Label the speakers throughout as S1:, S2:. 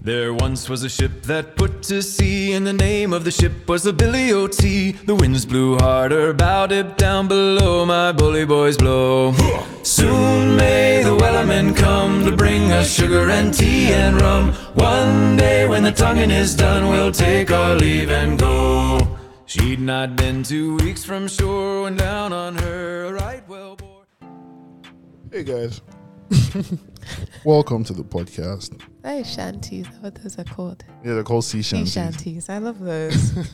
S1: There once was a ship that put to sea, and the name of the ship was the Billy O.T. The winds blew harder, bowed it down below, my bully boys blow. Soon may the wellerman come to bring us sugar and tea and rum. One day when the tonguing is done, we'll take our leave and go. She'd not been two weeks from shore when down on her a right well bore.
S2: Hey guys, welcome to the podcast.
S3: Oh, shanties. That's what those are called.
S2: Yeah, they're called sea
S3: Sea
S2: shanties.
S3: shanties. I love those.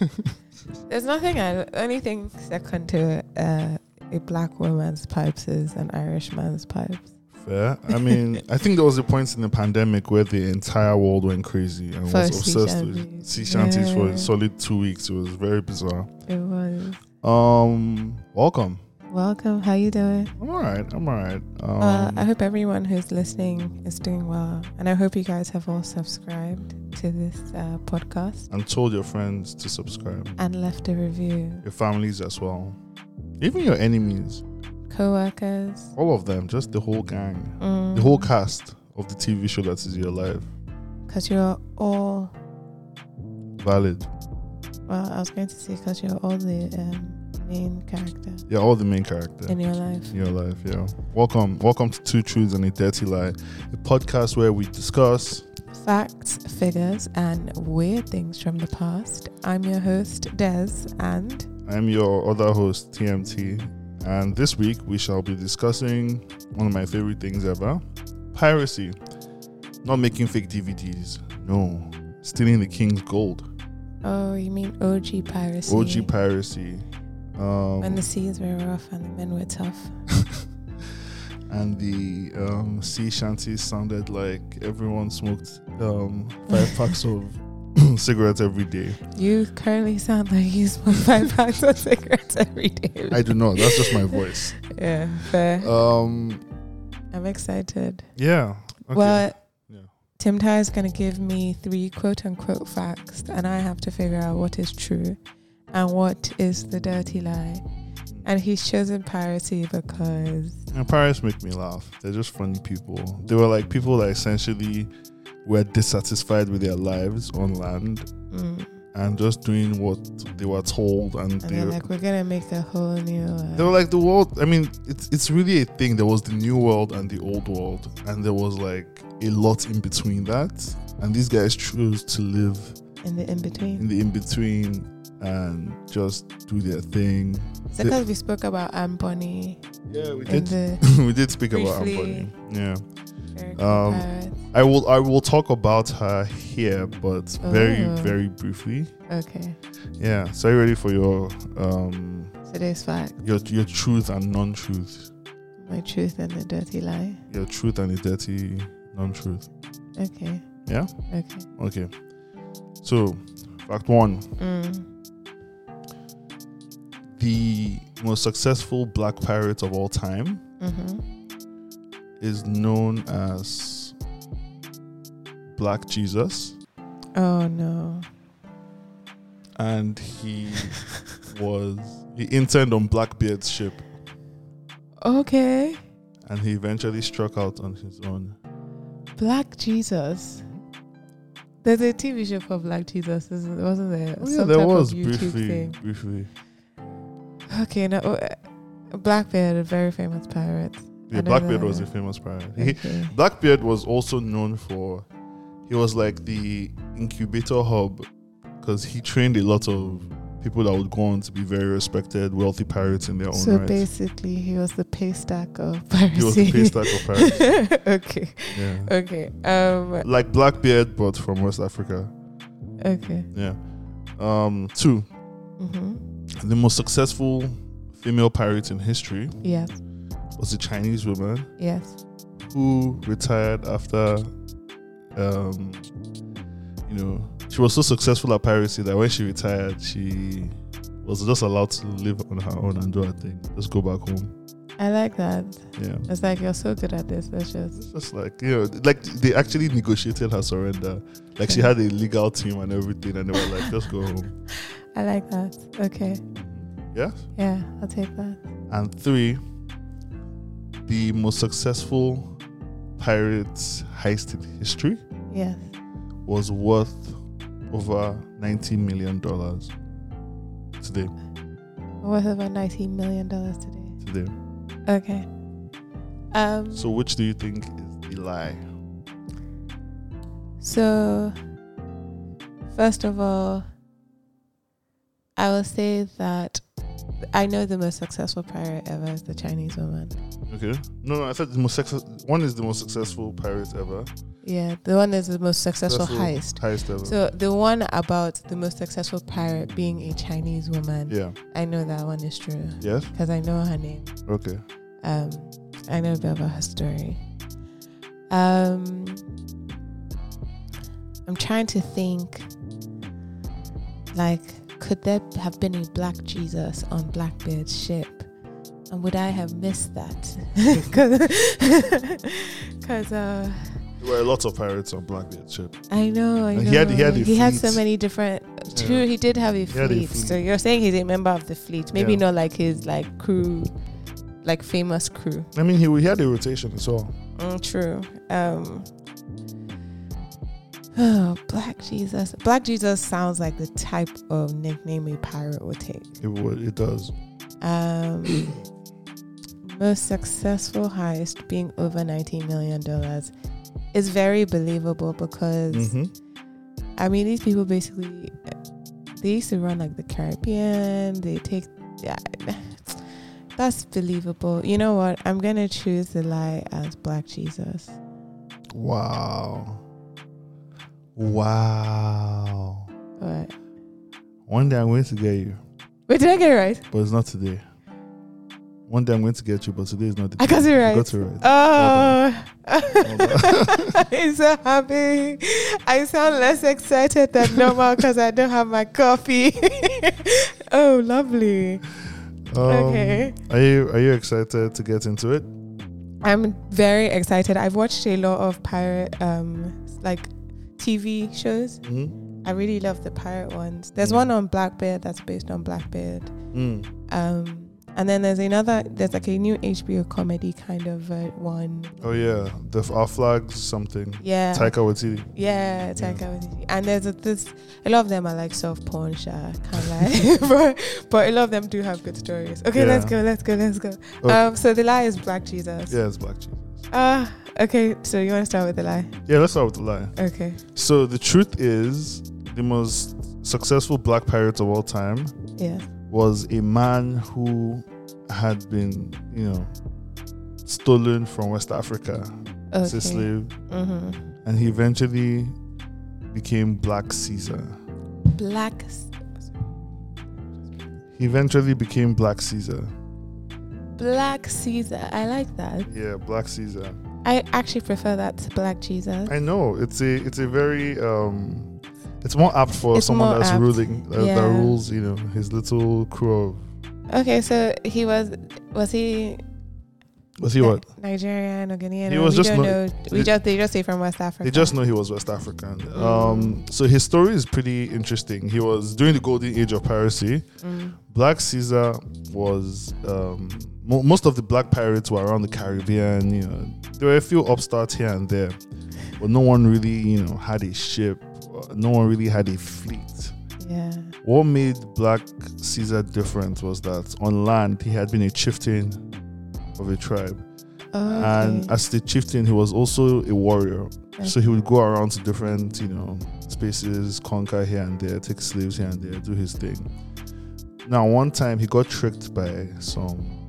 S3: There's nothing I, anything second to uh, a black woman's pipes is an Irish man's pipes.
S2: Fair. I mean, I think there was a point in the pandemic where the entire world went crazy and
S3: For
S2: was
S3: sea
S2: obsessed with
S3: shanties.
S2: sea shanties for
S3: Yeah.
S2: a solid two weeks. It was very bizarre.
S3: It was.
S2: Um, welcome.
S3: Welcome. How you doing?
S2: I'm all right. I'm all right. Um,
S3: well, Uh, I hope everyone who's listening is doing well, and I hope you guys have all subscribed to this uh, podcast
S2: and told your friends to subscribe,
S3: and left a review.
S2: your families as well, even your enemies,
S3: Coworkers.
S2: all of them, just the whole gang,
S3: Mm,
S2: the whole cast of the TV show that is your life.
S3: Because you're all.
S2: Valid.
S3: Well, I was going to say because you're all the um, main character
S2: Yeah, all the main characters.
S3: in your life.
S2: in your life. Yeah. Welcome, welcome to Two Truths and a Dirty Lie, a podcast where we discuss.
S3: Facts, figures, and weird things from the past. I'm your host, Des, and
S2: I'm your other host, TMT, and this week we shall be discussing one of my favorite things ever: piracy. Not making fake DVDs. No, stealing the king's gold.
S3: oh, you mean OG piracy?
S2: OG piracy. Um,
S3: When the seas were rough and the men were tough.
S2: and the um, sea shanties sounded like everyone smoked um, five packs of cigarettes every day.
S3: You currently sound like you smoke five packs of cigarettes every day.
S2: I do not. That's just my voice.
S3: yeah, fair.
S2: Um,
S3: I'm excited.
S2: Yeah. Okay.
S3: Well,
S2: Yeah.
S3: Tim Ty is going to give me three quote unquote facts, and I have to figure out what is true and what is the dirty lie. And he's chosen piracy because
S2: and pirates make me laugh. They're just funny people. They were like people that essentially were dissatisfied with their lives on land
S3: mm,
S2: and just doing what they were told. And,
S3: And
S2: they,
S3: they're like, we're gonna make a whole new. Uh,
S2: they were like the world. I mean, it's it's really a thing. There was the new world and the old world, and there was like a lot in between that. And these guys chose to live
S3: in the in between.
S2: in the in between and just do their thing.
S3: Is it because we spoke about Anne Bonny
S2: Yeah, we
S3: in
S2: did.
S3: the
S2: we did speak about
S3: Briefly. Uh,
S2: Amboni. Yeah.
S3: very good
S2: Um,
S3: pirates?
S2: I will I will talk about her here, but very
S3: Oh.
S2: very briefly.
S3: Okay,
S2: Yeah. So are you ready for your um
S3: today's fact:
S2: your your truth and non-truth,
S3: my truth and the dirty lie.
S2: your truth and the dirty non-truth?
S3: Okay.
S2: Yeah?
S3: Okay.
S2: Okay. So fact one:
S3: Mm.
S2: the most successful black pirate of all time
S3: Mm-hmm.
S2: is known as Black Jesus,
S3: Oh no.
S2: and he was he interned on Blackbeard's ship.
S3: Okay.
S2: and he eventually struck out on his own.
S3: Black Jesus. There's a TV show called Black Jesus, isn't- wasn't there?
S2: Oh, yeah,
S3: Some
S2: there
S3: type of
S2: was
S3: YouTube
S2: briefly,
S3: thing.
S2: briefly.
S3: Okay, no. uh, Blackbeard, a very famous pirate.
S2: Yeah,
S3: I don't
S2: Blackbeard
S3: know.
S2: was a famous pirate. He,
S3: Okay.
S2: Blackbeard was also known for he was like the incubator hub because he trained a lot of people that would go on to be very respected, wealthy pirates in their own
S3: So
S2: right.
S3: basically, he was the paystack of piracy.
S2: He was the paystack of pirates.
S3: okay,
S2: Yeah.
S3: okay, um,
S2: Like Blackbeard, but from West Africa.
S3: okay.
S2: Yeah. Um, two,
S3: Mm-hmm.
S2: the most successful female pirate in history
S3: Yes,
S2: was a Chinese woman
S3: yes.
S2: who retired after um you know she was so successful at piracy that when she retired she was just allowed to live on her own and do her thing just go back home
S3: I like that.
S2: yeah
S3: It's like you're so good at this. Let's just.
S2: it's just like you know like they actually negotiated her surrender like she had a legal team and everything and they were like just go home
S3: I like that. Okay.
S2: yeah
S3: Yeah, I'll take that.
S2: and three the most successful pirate heist in history
S3: Yes.
S2: was worth over 19 million dollars today.
S3: Worth about $19 million today.
S2: Today.
S3: Okay. Um,
S2: So which do you think is the lie?
S3: So, first of all, I will say that I know the most successful pirate ever is the Chinese woman.
S2: Okay. No, no. I said the most success. One is the most successful pirate ever.
S3: Yeah, the one is the most successful
S2: Successful
S3: heist.
S2: Highest ever.
S3: So the one about the most successful pirate being a Chinese woman,
S2: yeah.
S3: I know that one is true
S2: Yes.
S3: because I know her name.
S2: Okay.
S3: Um, I know a bit about her story. Um, I'm trying to think, like, could there have been a black Jesus on Blackbeard's ship? And would I have missed that? Because uh,
S2: There were a lot of pirates on Blackbeard ship.
S3: I know, I know.
S2: And he had- he had a
S3: so
S2: fleet.
S3: many different. True,
S2: Yeah.
S3: he did have a
S2: He had
S3: fleet.
S2: a
S3: So
S2: fleet.
S3: you're saying he's a member of the fleet, maybe
S2: Yeah.
S3: not like his like crew, like famous crew.
S2: I mean, he, he had a rotation as well.
S3: Mm, true. Um, oh, Black Jesus. Black Jesus sounds like the type of nickname a pirate would take.
S2: It would. It does.
S3: Um, most successful heist being over $19 million is very believable because,
S2: Mm-hmm.
S3: I mean, these people basically, they used to run like the Caribbean. They take, yeah, that's believable. You know what? I'm going to choose the lie as Black Jesus.
S2: Wow. Wow.
S3: But
S2: One day I'm going to get you,
S3: Wait, did I get it right?
S2: but it's not today. One day I'm going to get you, but today is not the
S3: I got it
S2: day.
S3: right.
S2: You got it right.
S3: Oh,
S2: Well
S3: I'm so happy. I sound less excited than normal because I don't have my coffee. oh, lovely.
S2: Um,
S3: okay.
S2: Are you are you excited to get into it?
S3: I'm very excited. I've watched a lot of pirate, um, like TV shows.
S2: Mm-hmm.
S3: I really love the pirate ones. There's
S2: Yeah.
S3: one on Blackbeard that's based on Blackbeard.
S2: Mm.
S3: Um, and then there's another, there's like a new HBO comedy kind of uh, one.
S2: Oh yeah, the our flags something.
S3: Yeah.
S2: Taika Waititi.
S3: Yeah, it's
S2: Yeah.
S3: like I was- and there's a, this. A lot of them are like soft porn, sha, can't lie. but but a lot of them do have good stories. Okay, let's
S2: Yeah.
S3: go, let's go, let's go.
S2: Okay.
S3: Um, so the lie is Black Jesus.
S2: Yeah, it's Black Jesus.
S3: Ah, okay. So you want to start with the lie?
S2: Yeah, let's start with the lie.
S3: Okay.
S2: So the truth is, the most successful black pirate of all time
S3: Yeah.
S2: was a man who had been, you know, stolen from West Africa
S3: Okay.
S2: as a slave,
S3: hmm
S2: and he eventually became Black Caesar.
S3: Black. s-
S2: He eventually became Black Caesar.
S3: Black Caesar. I like that.
S2: Yeah, Black Caesar.
S3: I actually prefer that to Black Jesus.
S2: I know it's a it's a very um, it's more apt for
S3: It's
S2: someone
S3: more
S2: that's
S3: apt,
S2: ruling uh, that
S3: yeah.
S2: rules, you know, his little crew.
S3: Okay, so he was was he
S2: Of, was he what?
S3: Ni- Nigerian or Ghanaian?
S2: He
S3: or
S2: was
S3: we
S2: just
S3: don't
S2: not-
S3: know. We
S2: they-
S3: just they just say from West Africa.
S2: They just know he was West African. Um, so his story is pretty interesting. He was during the golden age of piracy.
S3: Mm.
S2: Black Caesar was um, mo- most of the black pirates were around the Caribbean. You know, there were a few upstarts here and there, but no one really, you know, had a ship. uh, No one really had a fleet.
S3: Yeah.
S2: What made Black Caesar different was that on land he had been a chieftain of a tribe,
S3: Oh,
S2: and
S3: okay.
S2: as the chieftain he was also a warrior. So he would go around to different, you know, spaces, conquer here and there, take slaves here and there, do his thing. Now, one time he got tricked by some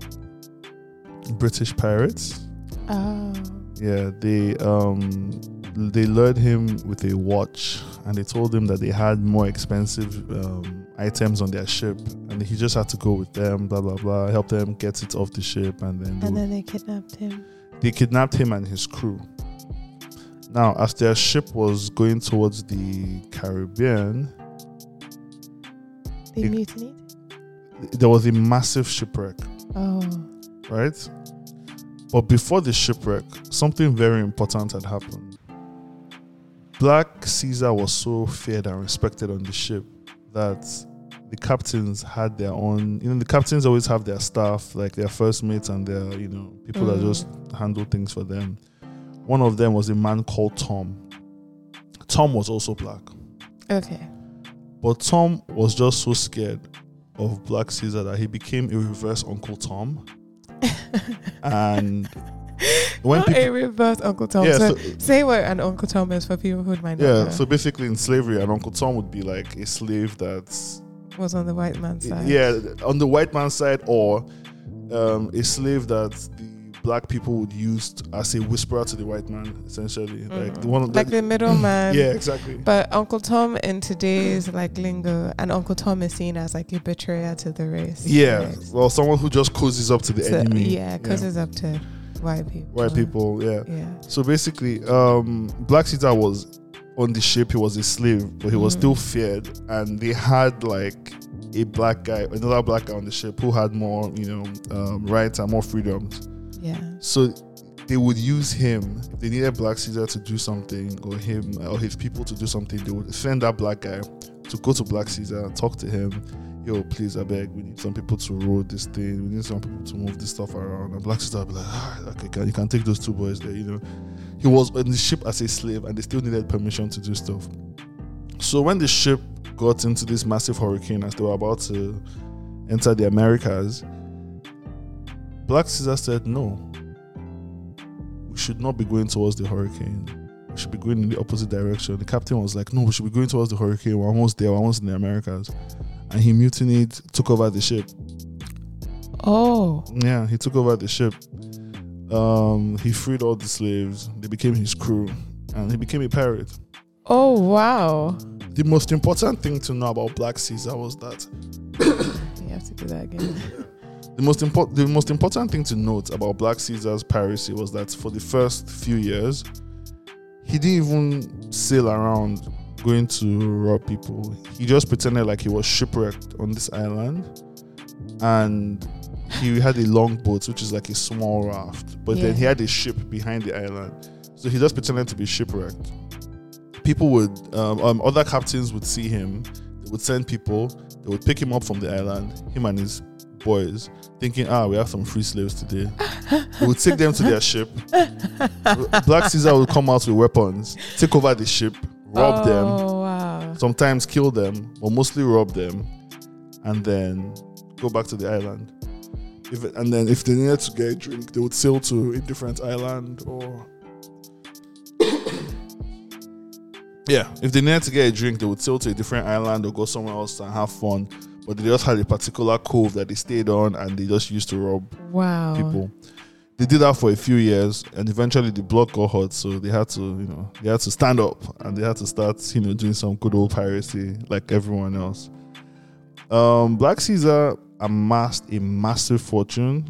S2: British pirates.
S3: Oh,
S2: Yeah, they um they lured him with a watch and they told him that they had more expensive um, items on their ship and he just had to go with them, blah blah blah, help them get it off the ship and then, they would
S3: and then they kidnapped him.
S2: they kidnapped him and his crew. Now, as their ship was going towards the Caribbean,
S3: They
S2: It-
S3: mutinied.
S2: there was a massive shipwreck,
S3: Oh,
S2: right? But before the shipwreck, something very important had happened. Black Caesar was so feared and respected on the ship that the captains had their own, you know, the captains always have their staff, like their first mates and their, you know, people that
S3: Mm.
S2: just handle things for them. One of them was a man called Tom. Tom was also black,
S3: Okay.
S2: but Tom was just so scared of Black Caesar that he became a reverse Uncle Tom. and when
S3: Not a
S2: people,
S3: reverse Uncle Tom.
S2: Yeah,
S3: so,
S2: so-
S3: say what an Uncle Tom is for people who might not
S2: yeah,
S3: know.
S2: so basically in slavery, an Uncle Tom would be like a slave that's
S3: was on the white man's side.
S2: Yeah, on the white man's side, or um, a slave that the black people would use t- as a whisperer to the white man, essentially. Like the one,
S3: Mm-hmm. like the um, middleman.
S2: yeah, exactly.
S3: But Uncle Tom in today's like lingo, and Uncle Tom is seen as like a betrayer to the race.
S2: Yeah,
S3: Right.
S2: well, someone who just cozies up to the
S3: So,
S2: enemy.
S3: yeah, because it's up to white people.
S2: white people. Yeah.
S3: Yeah.
S2: So basically, um, Black Caesar was on the ship. He was a slave, but he was
S3: Mm.
S2: still feared. And they had like a black guy, another black guy on the ship who had more, you know, um, rights and more freedoms.
S3: Yeah.
S2: So they would use him. If they needed Black Caesar to do something, or him, or his people to do something, they would send that black guy to go to Black Caesar and talk to him. Yo, please, I beg. We need some people to roll this thing. We need some people to move this stuff around. And Black Caesar would be like, ah, okay, can, you can take those two boys there. You know, he was on the ship as a slave, and they still needed permission to do stuff. So when the ship got into this massive hurricane as they were about to enter the Americas, Black Caesar said, no, we should not be going towards the hurricane. We should be going in the opposite direction. The captain was like, No, we should be going towards the hurricane. We're almost there. We're almost in the Americas. And he mutinied, took over the ship.
S3: Oh.
S2: Yeah, he took over the ship. Um, he freed all the slaves. They became his crew. And he became a pirate.
S3: Oh wow.
S2: The most important thing to know about Black Caesar was that
S3: You have to do that again.
S2: the most important the most important thing to note about Black Caesar's piracy was that for the first few years, he didn't even sail around going to rob people. He just pretended like he was shipwrecked on this island, and he had a long boat, which is like a small raft. But
S3: Yeah.
S2: then he had a ship behind the island, so he just pretended to be shipwrecked. People would, um, um, other captains would see him. They would send people. They would pick him up from the island, him and his boys, thinking, ah, we have some free slaves today. we would take them to their ship. Black Caesar would come out with weapons, take over the ship, rob them,
S3: Oh wow.
S2: sometimes kill them, but mostly rob them, and then go back to the island. If, and then if they needed to get a drink, they would sail to a different island or. yeah, if they needed to get a drink, they would sail to a different island or go somewhere else and have fun. But they just had a particular cove that they stayed on and they just used to rob
S3: Wow.
S2: people. They did that for a few years, and eventually the block got hot, so they had to, you know, they had to stand up and they had to start, you know, doing some good old piracy like everyone else. Um, Black Caesar amassed a massive fortune,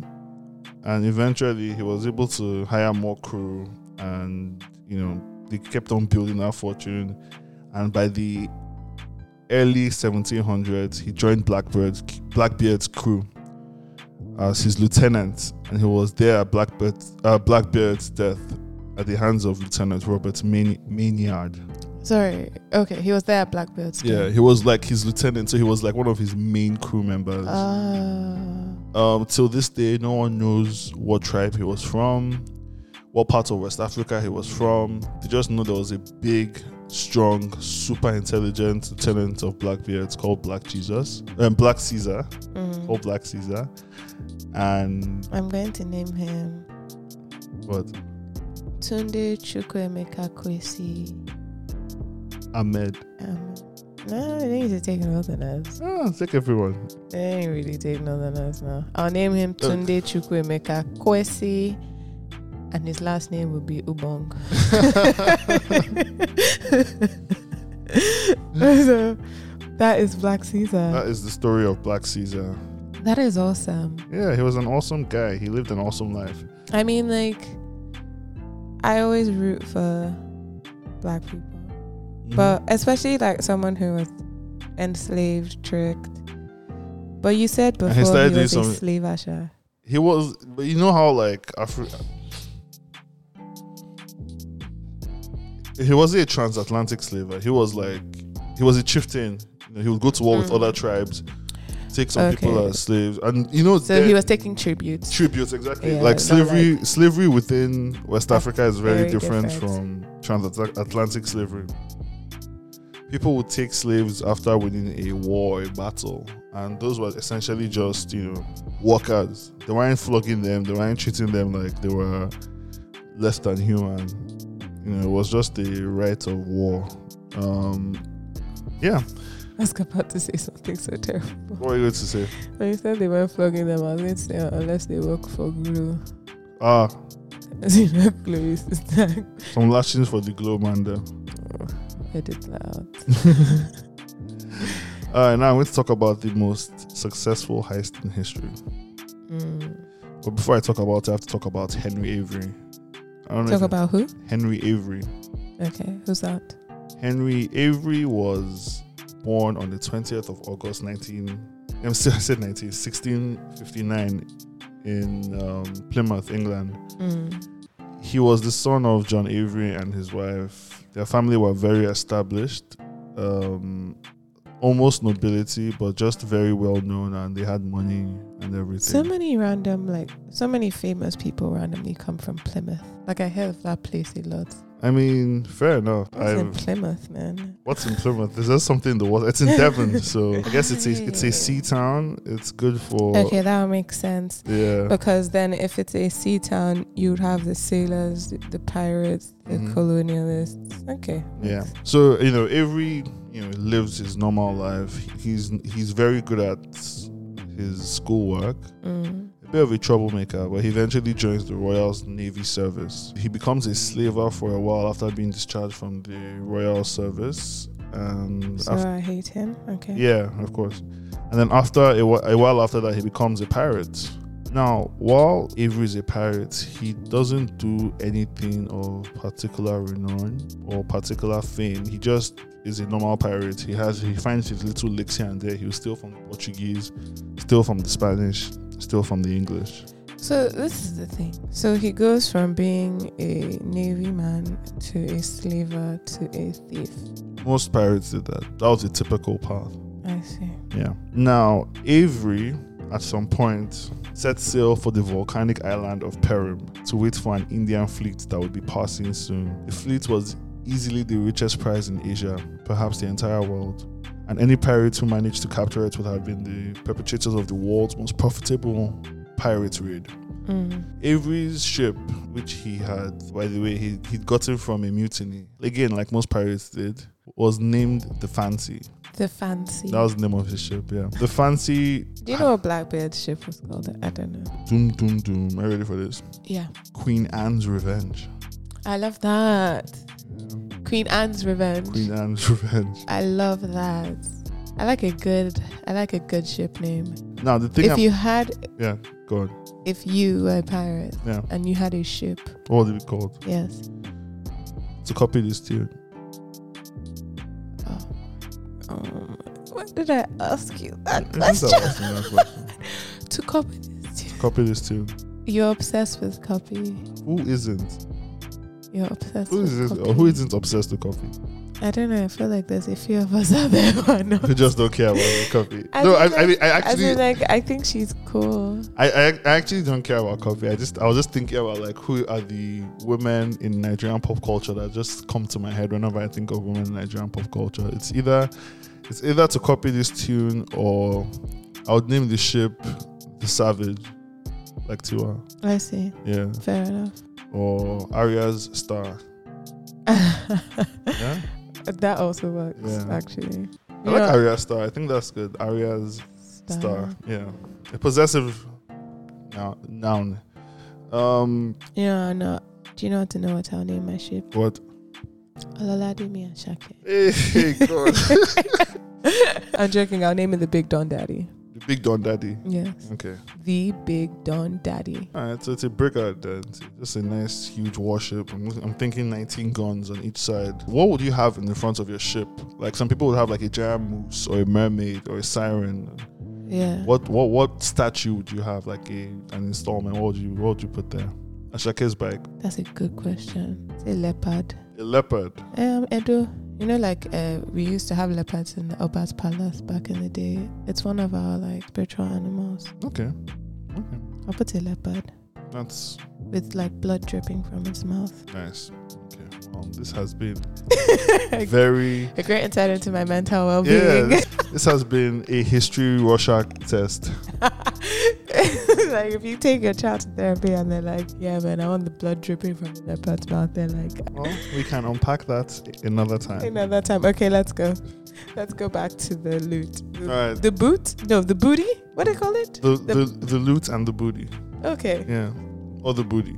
S2: and eventually he was able to hire more crew, and you know, they kept on building that fortune, and by the early 1700s, he joined Blackbeard's Blackbeard's crew as uh, his lieutenant, and he was there at Blackbeard, uh, Blackbeard's death at the hands of Lieutenant Robert Main- Maynard.
S3: Sorry. Okay, he was there at Blackbeard's.
S2: Yeah, he was like his lieutenant, so he was like one of his main crew members.
S3: Uh,
S2: Um, till this day, no one knows what tribe he was from, what part of West Africa he was from. They just know there was a big, strong, super intelligent lieutenant of Blackbeard called Black Jesus, um, Black Caesar,
S3: mm.
S2: called Black Caesar, and
S3: I'm going to name him
S2: what
S3: Tunde Chukwuemeka Kwesi.
S2: Ahmed.
S3: Um, no, I think he's taking Northern us.
S2: Ah, take everyone.
S3: They ain't really taking Northern us now. I'll name him Tunde Chukwuemeka Kwesi, and his last name will be Ubong. so that is Black Caesar.
S2: That is the story of Black Caesar.
S3: That is awesome.
S2: Yeah, he was an awesome guy. He lived an awesome life.
S3: I mean, like, I always root for black people.
S2: Mm.
S3: but especially like someone who was enslaved, tricked. But you said
S2: And
S3: before
S2: he
S3: he,
S2: started doing
S3: was a
S2: some-
S3: slave usher.
S2: he was, but you know how like Afri- he wasn't a transatlantic slaver. He was like he was a chieftain. You know, he would go to war with
S3: Mm.
S2: other tribes, take some people
S3: Okay.
S2: as slaves, and you know
S3: So
S2: there-
S3: he was taking tributes.
S2: tributes exactly
S3: Yeah,
S2: like
S3: so, like-
S2: slavery. slavery within West
S3: Af-
S2: Africa is very,
S3: very
S2: different,
S3: different.
S2: from transatlantic slavery. people would take slaves after winning a war, a battle, and those were essentially just you know workers. They weren't flogging them. They weren't treating them like they were less than human. You know, it was just the right of war. Um, yeah,
S3: I was about to say something so terrible.
S2: what were you going to say?
S3: When you said they weren't flogging them, I was going to say, oh, unless they work for Guru.
S2: Ah,
S3: As you know, Chloe's is that.
S2: some lashings for the globe man there.
S3: Edit that out.
S2: All right, now I'm going to talk about the most successful heist in history.
S3: Mm.
S2: But before I talk about it, I have to talk about Henry Avery. I don't know if
S3: Talk
S2: you-
S3: about who?
S2: Henry Avery.
S3: Okay, who's that?
S2: Henry Avery was born on the 20th of August 19 I'm still I said 19 1659 in um, Plymouth, England.
S3: Mm.
S2: He was the son of John Avery and his wife. Their family were very established, um, almost nobility, but just very well known, and they had money and everything.
S3: So many random, like, so many famous people randomly come from Plymouth. Like, I heard of that place a lot.
S2: I mean, fair enough.
S3: I was in
S2: I've-
S3: Plymouth, man.
S2: What's in Plymouth? Is there something in the water? It's in Devon, so I guess it's a it's a sea town. It's good for
S3: Okay, that makes sense.
S2: yeah.
S3: Because then, if it's a sea town, you'd have the sailors, the, the pirates, the
S2: Mhm.
S3: colonialists. Okay.
S2: Yeah. So you know, Avery, you know, lives his normal life. He's he's very good at his schoolwork.
S3: Mm.
S2: A bit of a troublemaker, but he eventually joins the Royal Navy Service. He becomes a slaver for a while after being discharged from the Royal Service, and
S3: So
S2: after,
S3: I hate him. Okay.
S2: Yeah, of course. And then after a, wh- a while after that, he becomes a pirate. Now, while Avery is a pirate, he doesn't do anything of particular renown or particular fame. He just is a normal pirate. He has he finds his little licks here and there. He'll steal from the Portuguese, steal from the Spanish, steal from the English.
S3: So this is the thing. So he goes from being a navy man to a slaver to a thief.
S2: Most pirates did that. That was a typical path.
S3: I see.
S2: Yeah. Now, Avery, at some point, set sail for the volcanic island of Perim to wait for an Indian fleet that would be passing soon. The fleet was easily the richest prize in Asia, perhaps the entire world. And any pirates who managed to capture it would have been the perpetrators of the world's most profitable pirate raid.
S3: Mm.
S2: Avery's ship, which he had, by the way, he, he'd gotten from a mutiny, again, like most pirates did, was named the Fancy.
S3: The fancy.
S2: That was the name of his ship, yeah. The Fancy
S3: Do you know what Blackbeard's ship was called? I don't know.
S2: Doom, doom, doom. Are you ready for this?
S3: Yeah.
S2: Queen Anne's Revenge.
S3: I love that. Queen Anne's Revenge.
S2: Queen Anne's Revenge.
S3: I love that. I like a good I like a good ship name.
S2: Now the thing,
S3: If
S2: I'm,
S3: you had
S2: yeah, go on.
S3: if you were a pirate
S2: Yeah,
S3: and you had a ship,
S2: what would it be called?
S3: yes.
S2: To copy this tune.
S3: Oh. Um, what did I ask you that
S2: Mm-hmm. This is
S3: question?
S2: our last and last question.
S3: to copy
S2: To copy this tune.
S3: You're obsessed with copy.
S2: Who isn't?
S3: You're obsessed
S2: Who
S3: with
S2: isn't?
S3: copy.
S2: Or who isn't obsessed with copy?
S3: I don't know. I feel like there's a few of us out there who are not.
S2: Who just don't care about the copy?
S3: I
S2: no, I,
S3: think
S2: I, mean, I
S3: I
S2: actually,
S3: mean, like, I think she's cool.
S2: I, I, I actually don't care about copy. I just, I was just thinking about like who are the women in Nigerian pop culture that just come to my head whenever I think of women in Nigerian pop culture. It's either, it's either to copy this tune or I would name the ship the Savage, like Tiwa,
S3: I see.
S2: yeah,
S3: Fair enough.
S2: or Aria's Star. Yeah,
S3: that also works,
S2: Yeah.
S3: actually.
S2: I like Aria's Star. I think that's good. Aria's
S3: Star.
S2: Star. Yeah, a possessive nou- noun. Um,
S3: You know, I know. Do you know what to know what I'll name my ship?
S2: what?
S3: Olaladimi Ashake.
S2: Hey, God.
S3: I'm joking. I'll name it the Big Don Daddy.
S2: The Big Don Daddy.
S3: Yes.
S2: Okay.
S3: The Big Don Daddy.
S2: All right. So Ah, it's a breakout then. It's just a nice, huge warship. I'm, I'm thinking 19 guns on each side. What would you have in the front of your ship? Like some people would have like a giant moose or a mermaid or a siren.
S3: Yeah.
S2: What what what statue would you have? Like a an installment? What would you what would you put there? A Shake's bike.
S3: That's a good question. Say leopard.
S2: A leopard.
S3: Um, Edo, you know, like uh, we used to have leopards in the Oba's Palace back in the day. It's one of our like spiritual animals.
S2: Okay. Okay.
S3: I'll put a leopard
S2: That's
S3: with like blood dripping from its mouth.
S2: nice. Okay. Um, this has been very
S3: A great insight into my mental well
S2: yeah.
S3: being.
S2: This, this has been a history Rorschach test.
S3: like if you take your child to therapy and they're like, Yeah man, I want the blood dripping from the leopard's mouth, they're like
S2: Well, we can unpack that another time.
S3: another time. Okay, let's go. Let's go back to the loot.
S2: All
S3: The,
S2: right.
S3: the boot? No, the booty? What do you call it?
S2: The, the the loot and the booty.
S3: Okay.
S2: Yeah, or the booty.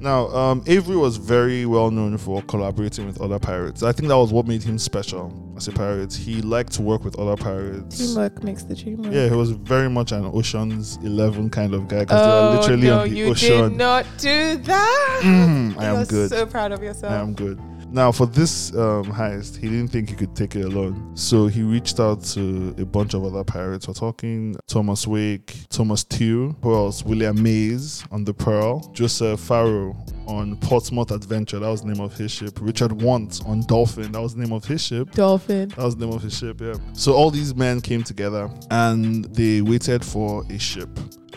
S2: Now, um, Avery was very well known for collaborating with other pirates. I think that was what made him special as a pirate. He liked to work with other pirates.
S3: Teamwork makes the dream work.
S2: Yeah, he was very much an Ocean's Eleven kind of guy because
S3: Oh,
S2: they were literally
S3: no,
S2: on the
S3: you
S2: ocean.
S3: did not do that.
S2: Mm, I am
S3: You're
S2: good.
S3: so proud of
S2: I
S3: yourself.
S2: am good. Now, for this um, heist, he didn't think he could take it alone. So he reached out to a bunch of other pirates. We're talking Thomas Wake, Thomas Tew, who else? William Mays on the Pearl, Joseph Farrow on Portsmouth Adventure, that was the name of his ship, Richard Want on Dolphin, that was the name of his ship.
S3: Dolphin.
S2: That was the name of his ship, yeah. So all these men came together and they waited for a ship.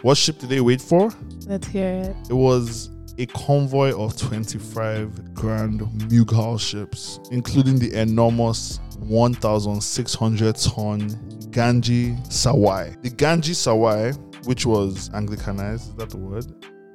S2: What ship did they wait for?
S3: Let's hear it.
S2: It was a convoy of 25 grand Mughal ships, including the enormous 1,600 ton Ganji Sawai. The Ganji Sawai, which was Anglicanized, is that the word?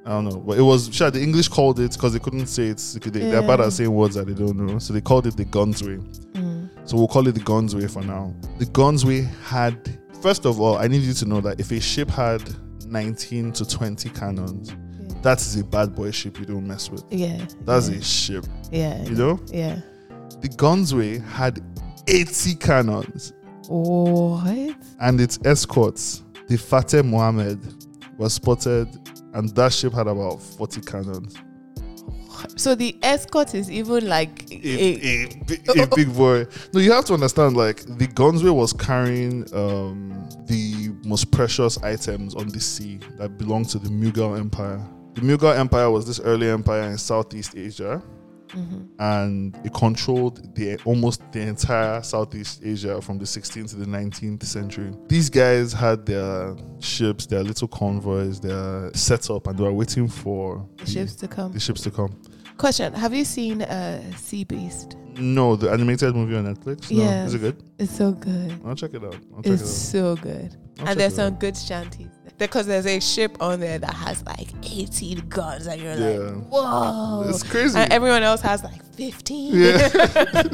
S2: I don't know, but it was. Sure, the English called it because they couldn't say it. They, They're bad
S3: Yeah.
S2: at saying words that they don't know, so they called it the Gunsway.
S3: Mm,
S2: So we'll call it the Gunsway for now. The Gunsway had, first of all, I need you to know that if a ship had 19 to 20 cannons, that is a bad boy ship you don't mess with.
S3: Yeah.
S2: That's a ship,
S3: Yeah.
S2: you know?
S3: Yeah.
S2: The Gunsway had 80 cannons
S3: What?
S2: and its escorts, the Fateh Mohammed, was spotted and that ship had about 40 cannons.
S3: So the escort is even like a-
S2: A, a, bi-
S3: oh,
S2: a big boy. No, you have to understand, like, the Gunsway was carrying um, the most precious items on the sea that belonged to the Mughal Empire. The Mughal Empire was this early empire in Southeast Asia. Mm-hmm.
S3: Mhm.
S2: and it controlled the almost the entire Southeast Asia from the 16th to the 19th century. These guys had their ships, their little convoys, their setup, and they were waiting for
S3: the ships to come.
S2: the ships to come.
S3: Question: Have you seen uh, Sea Beast?
S2: No, the animated movie on Netflix. No,
S3: Yes.
S2: is it good?
S3: It's so good.
S2: I'll check it out. I'll check
S3: It's so good.
S2: it out. I'll
S3: and there's
S2: check
S3: some good shanties because there's a ship on there that has like 18 guns, and you're
S2: Yeah.
S3: like, oh. whoa.
S2: it out. It's crazy.
S3: and everyone else has like 15.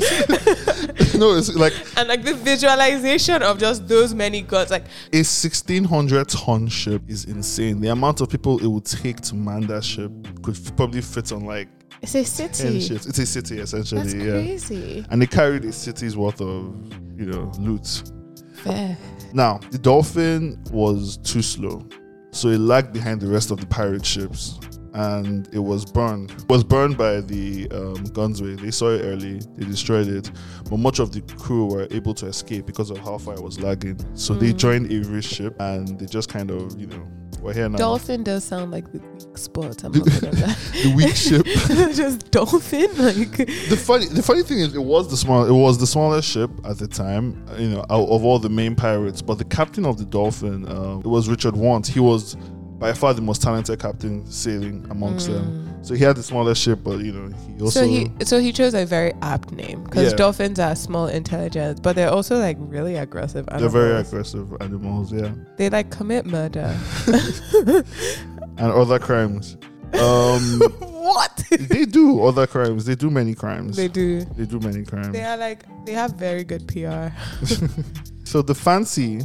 S2: no, it's like
S3: and like the visualization of just those many guns, like
S2: a 1600 ton ship is insane. The amount of people it would take to man that ship could f- probably fit on like
S3: it's a
S2: 10
S3: city.
S2: ships. It's a city essentially.
S3: That's
S2: yeah.
S3: crazy.
S2: and they carried a city's worth of you know loot.
S3: Fair.
S2: Now the dolphin was too slow, so it lagged behind the rest of the pirate ships, and it was burned. It was burned by the um, gunsway. They saw it early, they destroyed it, but much of the crew were able to escape because of how far it was lagging. So they
S3: Mm.
S2: joined Avery's ship, and they just kind of you know we're here now.
S3: Dolphin does sound like the weak spot. I'm not gonna lie.
S2: The weak ship.
S3: just dolphin, like
S2: the funny the funny thing is it was the small it was the smallest ship at the time you know out of all the main pirates but the captain of the dolphin um, it was richard want he was by far the most talented captain sailing amongst them so he had the smallest ship but you know he also
S3: Mm. So he so he chose a very apt name because
S2: Yeah.
S3: dolphins are small, intelligent, but they're also like really aggressive.
S2: they're very
S3: animals.
S2: aggressive animals yeah
S3: They like commit murder.
S2: and other crimes um
S3: what
S2: they do other crimes they do many crimes
S3: they do?
S2: They do many crimes
S3: They are like they have very good PR.
S2: so the fancy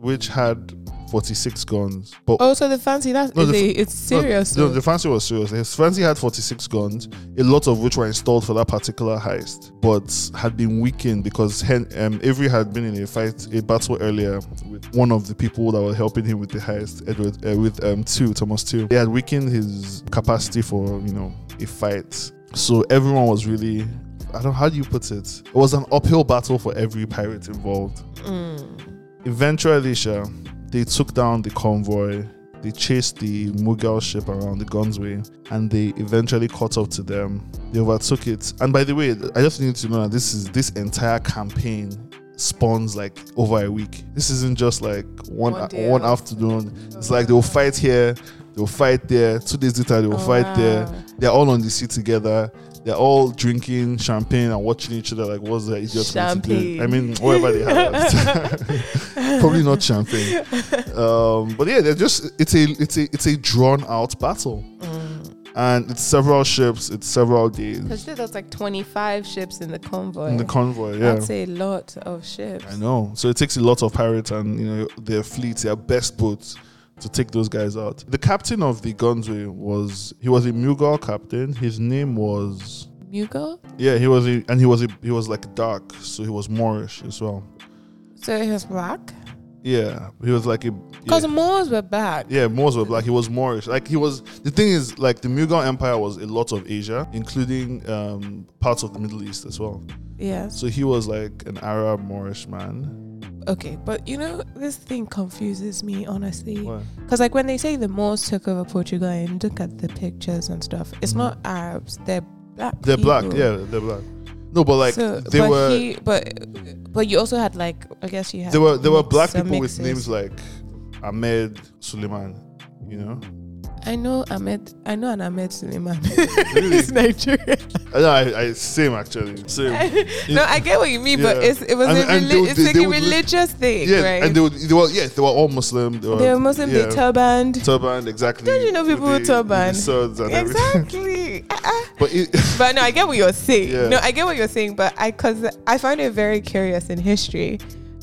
S2: which had 46 guns but
S3: Also, Oh, the fancy that
S2: No, the
S3: they, it's serious.
S2: No,
S3: though.
S2: the fancy was serious. His fancy had 46 guns, a lot of which were installed for that particular heist, but had been weakened because Hen- um, Avery had been in a fight, a battle earlier with one of the people that were helping him with the heist, Edward, uh, with um, two Thomas two. They had weakened his capacity for you know a fight, so everyone was really. I don't. How do you put it? It was an uphill battle for every pirate involved.
S3: Mm.
S2: Eventually, Sha, they took down the convoy. They chased the Mughal ship around the Gunsway, and they eventually caught up to them. They overtook it. And by the way, I just need to know that this is this entire campaign spawns like over a week. This isn't just like one
S3: One
S2: one,
S3: day out.
S2: afternoon. It's like they'll fight here, they'll They'll fight there. Two days later, they'll
S3: Oh,
S2: fight there.
S3: wow.
S2: They're all on the sea together. They're all drinking champagne and watching each other like, what's the idiot thing to do?
S3: Champagne.
S2: I mean, whatever they have. at the time. Probably not champagne. Um, but yeah, they're just it's a it's a it's a drawn out battle,
S3: Mm.
S2: and it's several ships. It's several days
S3: Because there was like 25 ships in the convoy.
S2: in the convoy. Yeah,
S3: That's a lot of ships.
S2: I know. So it takes a lot of pirates and you know their fleets, their best boats, to take those guys out. The captain of the Gonzwe was he was a Mughal captain. His name was
S3: Mughal?
S2: yeah he was a, and he was a, he was like dark, so he was Moorish as well.
S3: So it was black?
S2: Yeah, he was like a
S3: Because
S2: yeah.
S3: Moors were back.
S2: Yeah, Moors were black. He was Moorish. Like he was. The thing is, like the Mughal Empire was a lot of Asia, including um, parts of the Middle East as well.
S3: Yes.
S2: So he was like an Arab Moorish man.
S3: Okay, but you know, this thing confuses me, honestly.
S2: What?
S3: Because, like, when they say the Moors took over Portugal and look at the pictures and stuff, it's
S2: Mhm.
S3: not Arabs, they're black.
S2: They're black.
S3: people.
S2: Yeah, they're black. No, but like
S3: So-
S2: they
S3: but
S2: were.
S3: He, but, but you also had, like, I guess you had.
S2: they were. They were black
S3: some
S2: people with names
S3: mixes.
S2: like Ahmed Suleiman. You know.
S3: I know Ahmed. I know an Ahmed Suleiman.
S2: Really?
S3: He's Nigerian.
S2: I, I, I same actually. Same.
S3: no, I get what you mean, but
S2: Yeah.
S3: it's, it was
S2: And-
S3: a
S2: and
S3: reli-
S2: they-
S3: it's
S2: they-
S3: like
S2: they
S3: a
S2: would look-
S3: religious thing,
S2: Yeah,
S3: right?
S2: and they, would, they were. Yeah, they were all Muslim. They were,
S3: They're Muslim.
S2: yeah.
S3: They turbaned.
S2: turbaned. Exactly.
S3: Don't you know
S2: With
S3: people with
S2: the- with the
S3: turban?
S2: swords and everything.
S3: Exactly. Uh-uh.
S2: But it,
S3: but no, I get what you're saying.
S2: Yeah.
S3: No, I get what you're saying, but I cause I find it very curious in history.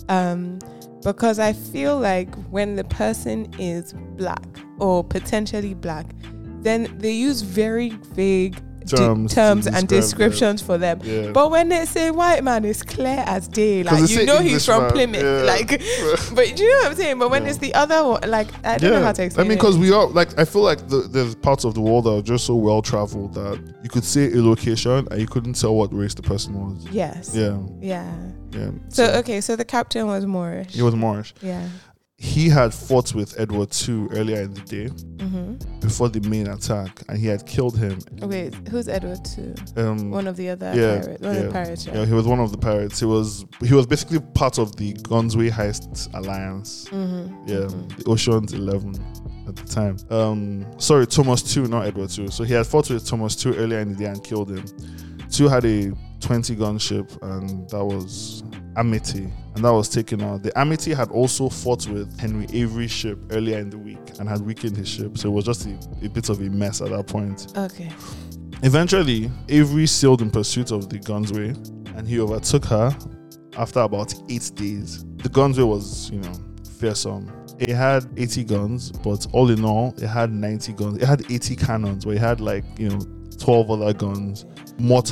S3: Um because I feel like when the person is black or potentially black, then they use very vague de-
S2: Terms to
S3: terms
S2: describe
S3: and
S2: them.
S3: descriptions for them.
S2: yeah.
S3: But when they say white man, it's clear as day.
S2: 'Cause
S3: Like
S2: they
S3: you
S2: say
S3: know
S2: English
S3: he's from
S2: man,
S3: Plymouth.
S2: yeah.
S3: Like, but do you know what I'm saying? But when
S2: Yeah.
S3: it's the other one, like I don't know how to explain.
S2: I mean,
S3: it.
S2: because we are like, I feel like the, there's parts of the world that are just so well traveled that you could say a location and you couldn't tell what race the person was.
S3: yes, yeah.
S2: Yeah, yeah.
S3: So okay, so the captain was Moorish.
S2: he was Moorish.
S3: yeah.
S2: He had fought with Edward II earlier in the day
S3: hmm
S2: before the main attack, and he had killed him.
S3: Wait, who's Edward too?
S2: Um,
S3: One of the other
S2: Yeah,
S3: pirates. One of
S2: yeah,
S3: the pirates. Yeah.
S2: yeah, he was one of the pirates. He was he was basically part of the Gonzwe Heist Alliance.
S3: hmm
S2: Yeah, the Ocean's Eleven at the time. Um, sorry, Thomas Two, not Edward Two. So he had fought with Thomas Two earlier in the day and killed him. Two had a 20 gun ship, and that was Amity, and that was taken out. The Amity had also fought with Henry Avery's ship earlier in the week and had weakened his ship, so it was just a, a bit of a mess at that point.
S3: Okay.
S2: Eventually, Avery sailed in pursuit of the Gunsway, and he overtook her after about eight days. The Gunsway was, you know, fearsome. It had 80 guns, but all in all, it had 90 guns. It had 80 cannons, but it had like, you know, 12 other guns,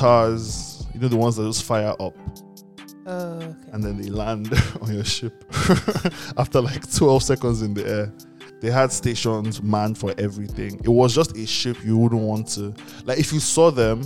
S2: mortars, you know, the ones that just fire up
S3: Oh, okay.
S2: and then they land on your ship after like 12 seconds in the air. They had stations manned for everything. It was just a ship you wouldn't want to. Like, if you saw them,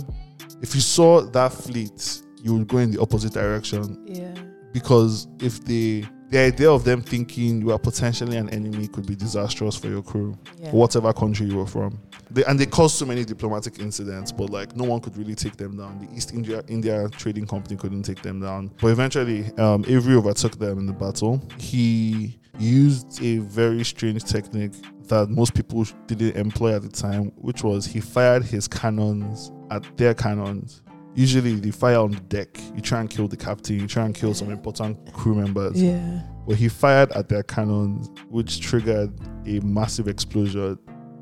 S2: if you saw that fleet, you would go in the opposite direction
S3: yeah.
S2: because if they, the idea of them thinking you are potentially an enemy could be disastrous for your crew
S3: Yeah.
S2: whatever country you were from. They, and they caused so many diplomatic incidents, but like no one could really take them down. The East India India Trading Company couldn't take them down. But eventually, um, Avery overtook them in the battle. He used a very strange technique that most people didn't employ at the time, which was he fired his cannons at their cannons. Usually, they fire on the deck. You try and kill the captain. You try and kill some important crew members
S3: Yeah.
S2: but he fired at their cannons, which triggered a massive explosion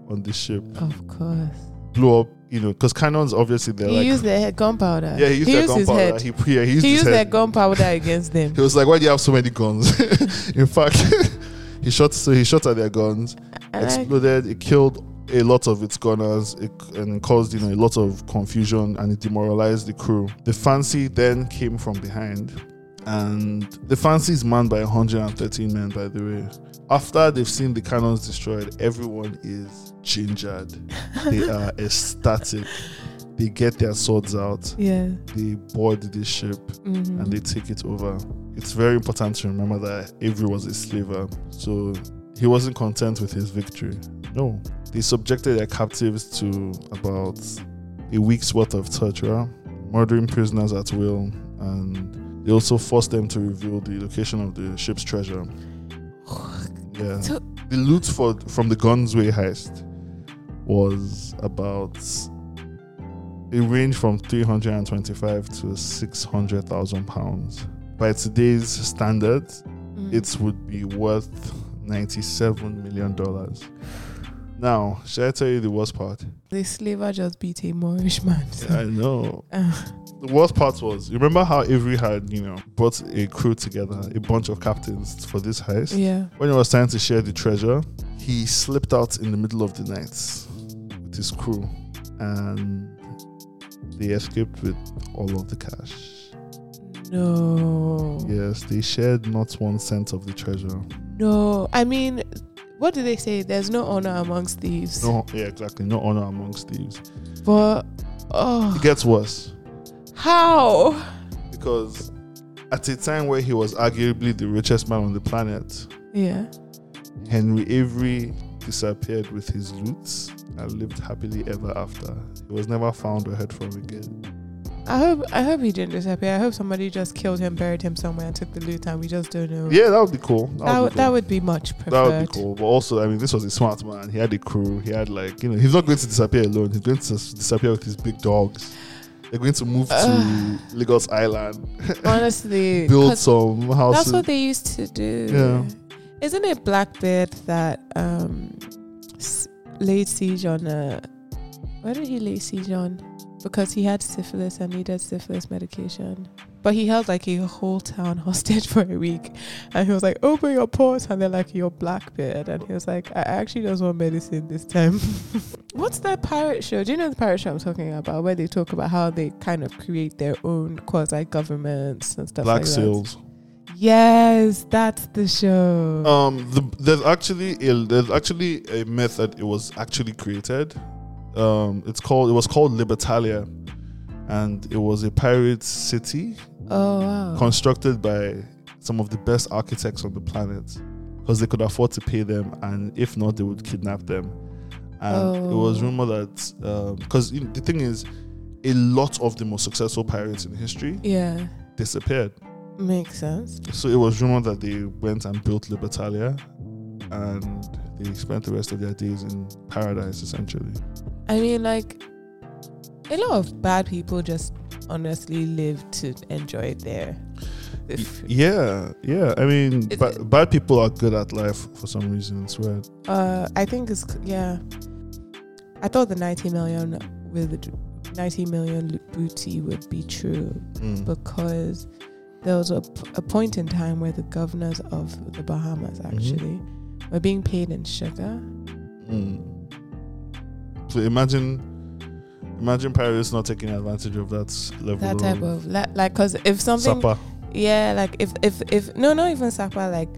S2: on the ship.
S3: Of course.
S2: Blew up, you know, because cannons obviously they're
S3: he
S2: like,
S3: used their head gunpowder.
S2: yeah, he used their
S3: his
S2: gunpowder.
S3: head.
S2: He, yeah, he used
S3: He
S2: his
S3: used their
S2: head.
S3: gunpowder against them.
S2: He was like, why do you have so many guns? In fact, he shot. So he shot at their guns,
S3: And I-
S2: exploded. It killed a lot of its gunners it, and it caused you know a lot of confusion and it demoralized the crew. The fancy then came from behind, and the fancy is manned by 113 men. By the way, after they've seen the cannons destroyed, everyone is gingered. they are ecstatic. They get their swords out.
S3: yeah.
S2: They board the ship
S3: hmm
S2: and they take it over. It's very important to remember that Avery was a slaver, so he wasn't content with his victory. No, they subjected their captives to about a week's worth of torture, murdering prisoners at will, and they also forced them to reveal the location of the ship's treasure. Yeah,
S3: So-
S2: the loot for from the Gunsway heist was about it ranged from 325 to 600,000 pounds. By today's standards,
S3: Mm.
S2: it would be worth 97 million dollars. Now, should I tell you the worst part?
S3: the slaver just beat a Moorish man. so-
S2: I know.
S3: Ah,
S2: The worst part was, you remember how Avery had, you know, brought a crew together, a bunch of captains for this heist?
S3: yeah.
S2: When it was time to share the treasure, he slipped out in the middle of the night with his crew and they escaped with all of the cash.
S3: No.
S2: Yes, they shared not one cent of the treasure.
S3: No. I mean, what do they say? There's no honor amongst thieves.
S2: No, yeah, exactly. No honor amongst thieves.
S3: But oh,
S2: It gets worse
S3: how?
S2: because at a time where he was arguably the richest man on the planet,
S3: Yeah.
S2: Henry Avery disappeared with his loot and lived happily ever after. He was never found or heard from again.
S3: I hope I hope he didn't disappear. I hope somebody just killed him, buried him somewhere, and took the loot, and we just don't know.
S2: Yeah, that would be cool. That,
S3: Mm. That,
S2: would
S3: would
S2: be
S3: that
S2: cool.
S3: would be much preferred.
S2: That would be cool. But also, I mean, this was a smart man. He had a crew. He had like, you know, he's not going to disappear alone. He's going to s- disappear with his big dogs. They're going to move to
S3: Ugh.
S2: Lagos Island,
S3: Honestly,
S2: build
S3: 'cause
S2: some houses.
S3: that's what they used to do.
S2: Yeah.
S3: Isn't it Blackbeard that um s- laid siege on a? Why did he lay siege on? Because he had syphilis and needed syphilis medication. But he held like a whole town hostage for a week, and he was like, "Open your pores," and they're like, "You're Blackbeard," and he was like, "I actually just want medicine this time." What's that pirate show? Do you know the pirate show I'm talking about, where they talk about how they kind of create their own quasi governments and stuff
S2: Black
S3: like that?
S2: sails.
S3: Yes, that's the show.
S2: Um, the, there's actually a, there's actually a myth that it was actually created. Um, it's called it was called Libertalia, and it was a pirate city
S3: Oh wow.
S2: constructed by some of the best architects on the planet because they could afford to pay them, and if not, they would kidnap them. And it was
S3: Oh.
S2: rumored that because you know, the thing is, a lot of the most successful pirates in history
S3: yeah,
S2: disappeared.
S3: makes sense.
S2: So it was rumored that they went and built Libertalia and they spent the rest of their days in paradise essentially.
S3: I mean, like a lot of bad people just honestly live to enjoy their. the f-
S2: Yeah, yeah. I mean,
S3: It-
S2: ba- bad people are good at life for some reason. It's weird.
S3: Uh, I think it's c- yeah. I thought the ninety million with the d- ninety million lo- booty would be true because there was a, p- a point in time where the governors of the Bahamas actually were being paid in sugar.
S2: Mm. So imagine, imagine pirates not taking advantage of that s- level.
S3: That type of la- like, cause if something
S2: Sapa.
S3: Yeah, like if if if no, not even Sapa. Like,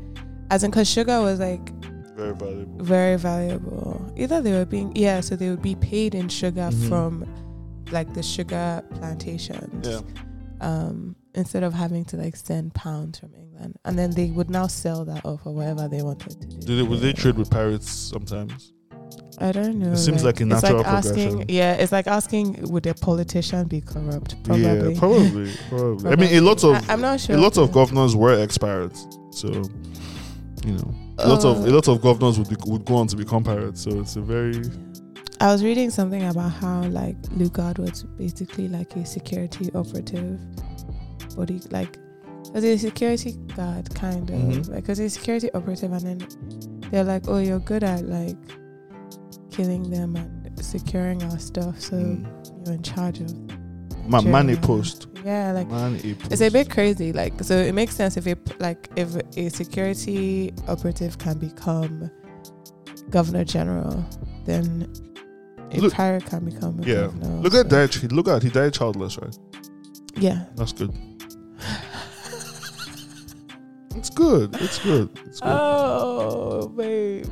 S3: as in, cause sugar was like
S2: Very valuable.
S3: very valuable. Either they were being yeah, so they would be paid in sugar
S2: Mhm.
S3: from like the sugar plantations.
S2: Yeah.
S3: Um, instead of having to like send pounds from England, and then they would now sell that off or whatever they wanted to do.
S2: Do they, would they trade with pirates sometimes?
S3: I don't know.
S2: It seems like a
S3: it's
S2: natural
S3: asking,
S2: progression.
S3: Yeah, it's like asking, would a politician be corrupt? Probably.
S2: Yeah, probably, probably. I mean, a lot of
S3: I, am not sure.
S2: a lot of
S3: government.
S2: governors were ex pirates, so you know a lot
S3: Oh.
S2: of
S3: Uh.
S2: a lot of governors would be, would go on to become pirates. So it's a very
S3: I was reading something about how like Lugard was basically like a security operative, but he like was a security guard kind of
S2: Mhm.
S3: like was a security operative, and then they're like, oh, you're good at like killing them and securing our stuff, so
S2: mm,
S3: you're in charge of.
S2: ma- money
S3: Nigeria."
S2: post.
S3: Yeah, like
S2: Man, a post.
S3: it's a bit crazy. Like so, it makes sense if a like if a security operative can become governor general, then a
S2: Look-
S3: pirate can become a
S2: Yeah.
S3: governor.
S2: Look at
S3: so-
S2: that. Look at he died childless, right?
S3: Yeah.
S2: That's good. It's good. It's good. It's good.
S3: Oh, babe.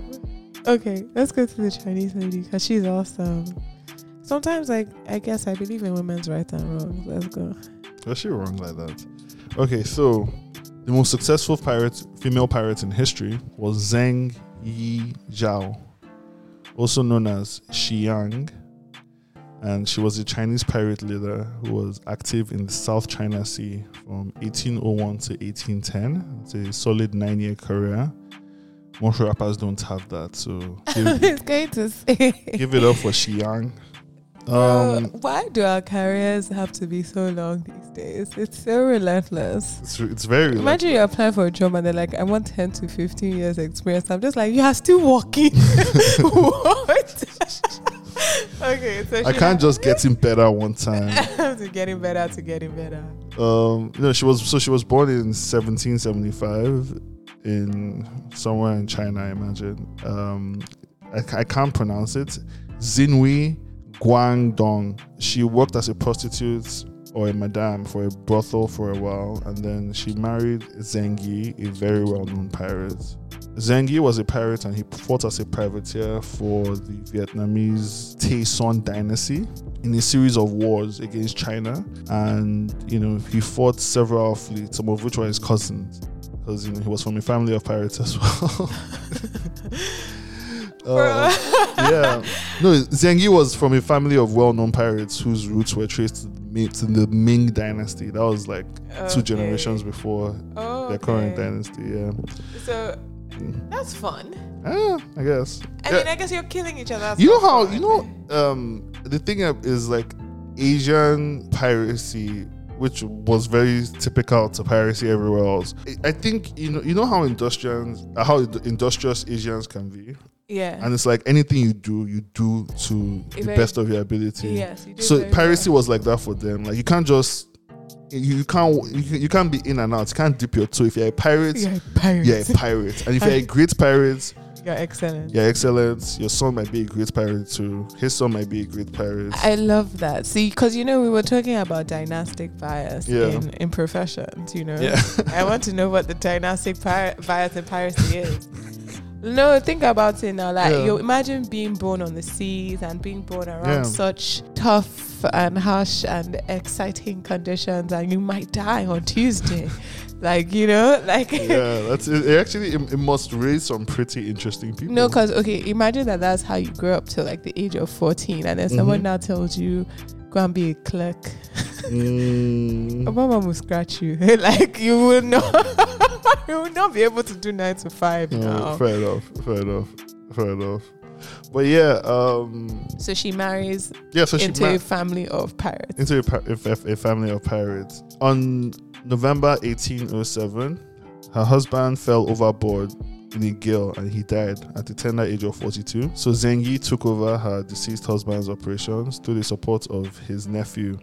S3: Okay, let's go to the Chinese lady because she's awesome. Sometimes, like, I guess I believe in women's rights and wrongs. Let's go.
S2: Is she wrong like that? Okay, so the most successful pirate, female pirate in history, was Zheng Yi Zhao, also known as Xiang, and she was a Chinese pirate leader who was active in the South China Sea oh from 1801 to 1810. It's a solid nine-year career. Most rappers don't have that, so give,
S3: it's going to say.
S2: give it up for Xiang.
S3: Bro,
S2: Um,
S3: Uh, why do our careers have to be so long these days? It's so relentless.
S2: it's, it's very like,
S3: Imagine you apply for a job and they're like, I want 10 to 15 years experience. I'm just like, you are still working. what? okay, so
S2: I
S3: she-
S2: can't just get him better one time.
S3: to getting better, to getting better.
S2: Um, you know, she was so she was born in 1775 in somewhere in China, I imagine. Um, I, ca- I can't pronounce it. Xinhui Guangdong. She worked as a prostitute or a madam for a brothel for a while, and then she married Zheng Yi, a very well-known pirate. Zheng Yi was a pirate, and he fought as a privateer for the Vietnamese Taizong dynasty in a series of wars against China, and you know he fought several fleets, some of which were his cousins, because you know he was from a family of pirates as well. Uh, yeah, no, Zheng Yi was from a family of well-known pirates whose roots were traced to the Ming- to the Ming dynasty. That was like two
S3: Okay.
S2: generations before
S3: Oh,
S2: their current
S3: okay.
S2: dynasty. Yeah,
S3: So that's fun.
S2: ah, I guess.
S3: I
S2: Yeah.
S3: mean, I guess you're killing each other. that's
S2: you know
S3: not
S2: how
S3: fun.
S2: you know um the thing uh, is like asian piracy which was very typical to piracy everywhere else I- i think you know you know how industrials uh, how ind- industrious asians can be
S3: Yeah.
S2: and it's like anything you do you do to the
S3: Very-
S2: best of your ability
S3: yes. You do
S2: so
S3: very
S2: piracy was like that for them like you can't just you you can't you you can't be in and out you can't dip your toe if you're a pirate
S3: well. You're a pirate.
S2: you're a pirate and if you're a great pirate
S3: You're excellent.
S2: your excellence, your son might be a great pirate too. His son might be a great pirate.
S3: I love that. See, because you know we were talking about dynastic bias
S2: Yeah.
S3: in, in professions. You know,
S2: yeah.
S3: I want to know what the dynastic pir- bias in piracy is. No, think about it now. Like
S2: Yeah.
S3: you imagine being born on the seas and being born around
S2: Yeah.
S3: such tough and harsh and exciting conditions, and you might die on Tuesday. like you know, like
S2: yeah, that's it. it actually, it, it must raise some pretty interesting people.
S3: No, because okay, imagine that that's how you grew up till like the age of fourteen, and then someone
S2: Mhm.
S3: now tells you, "Go and be a clerk." Your
S2: Mm,
S3: Mama will scratch you. like you will not, you will not be able to do nine to five
S2: no,
S3: now.
S2: Mm, fair enough. Fair enough. Fair enough. But yeah, um,
S3: So she marries
S2: yeah. So she
S3: into
S2: ma-
S3: a family of pirates.
S2: into a, pa- a, fa- a family of pirates. On November 1807, her husband fell overboard in a gale and he died at the tender age of 42. So Zengi took over her deceased husband's operations through the support of his nephew.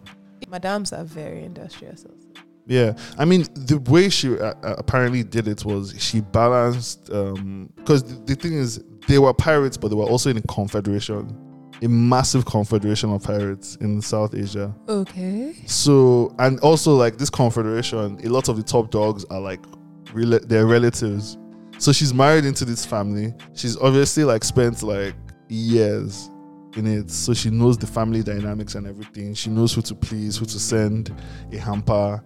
S3: Madams are very industrious. also.
S2: Yeah, I mean the way she uh, uh, apparently did it was she balanced because the, the thing is they were pirates, but they were also in a confederation, a massive confederation of pirates in South Asia.
S3: Okay.
S2: So and also like this confederation, a lot of the top dogs are like rela- their relatives. So she's married into this family. She's obviously like spent like years in it. So she knows the family dynamics and everything. She knows who to please, who to send a hamper,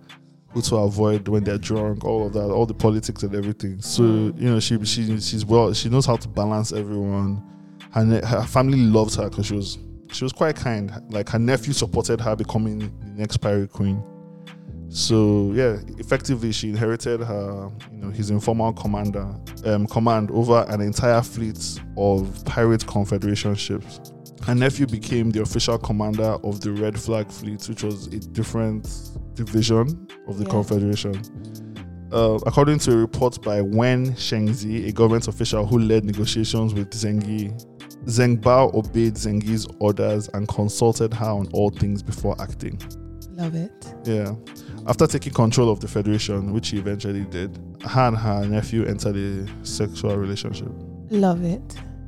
S2: who to avoid when they're drunk, all of that, all the politics and everything. So you know she she she's well. She knows how to balance everyone. Her ne- her family loved her because she was she was quite kind. Like her nephew supported her becoming the next pirate queen. So yeah, effectively she inherited her, you know, his informal commander um, command over an entire fleet of pirate confederation ships. Her nephew became the official commander of the Red Flag Fleet, which was a different division of the
S3: Yeah.
S2: Confederation. Uh, according to a report by Wen Shengzi, a government official who led negotiations with Zengi, Zeng Bao obeyed Zengi's orders and consulted her on all things before acting.
S3: Love it.
S2: Yeah. After taking control of the Federation, which she eventually did, her and her nephew entered a sexual relationship.
S3: Love it.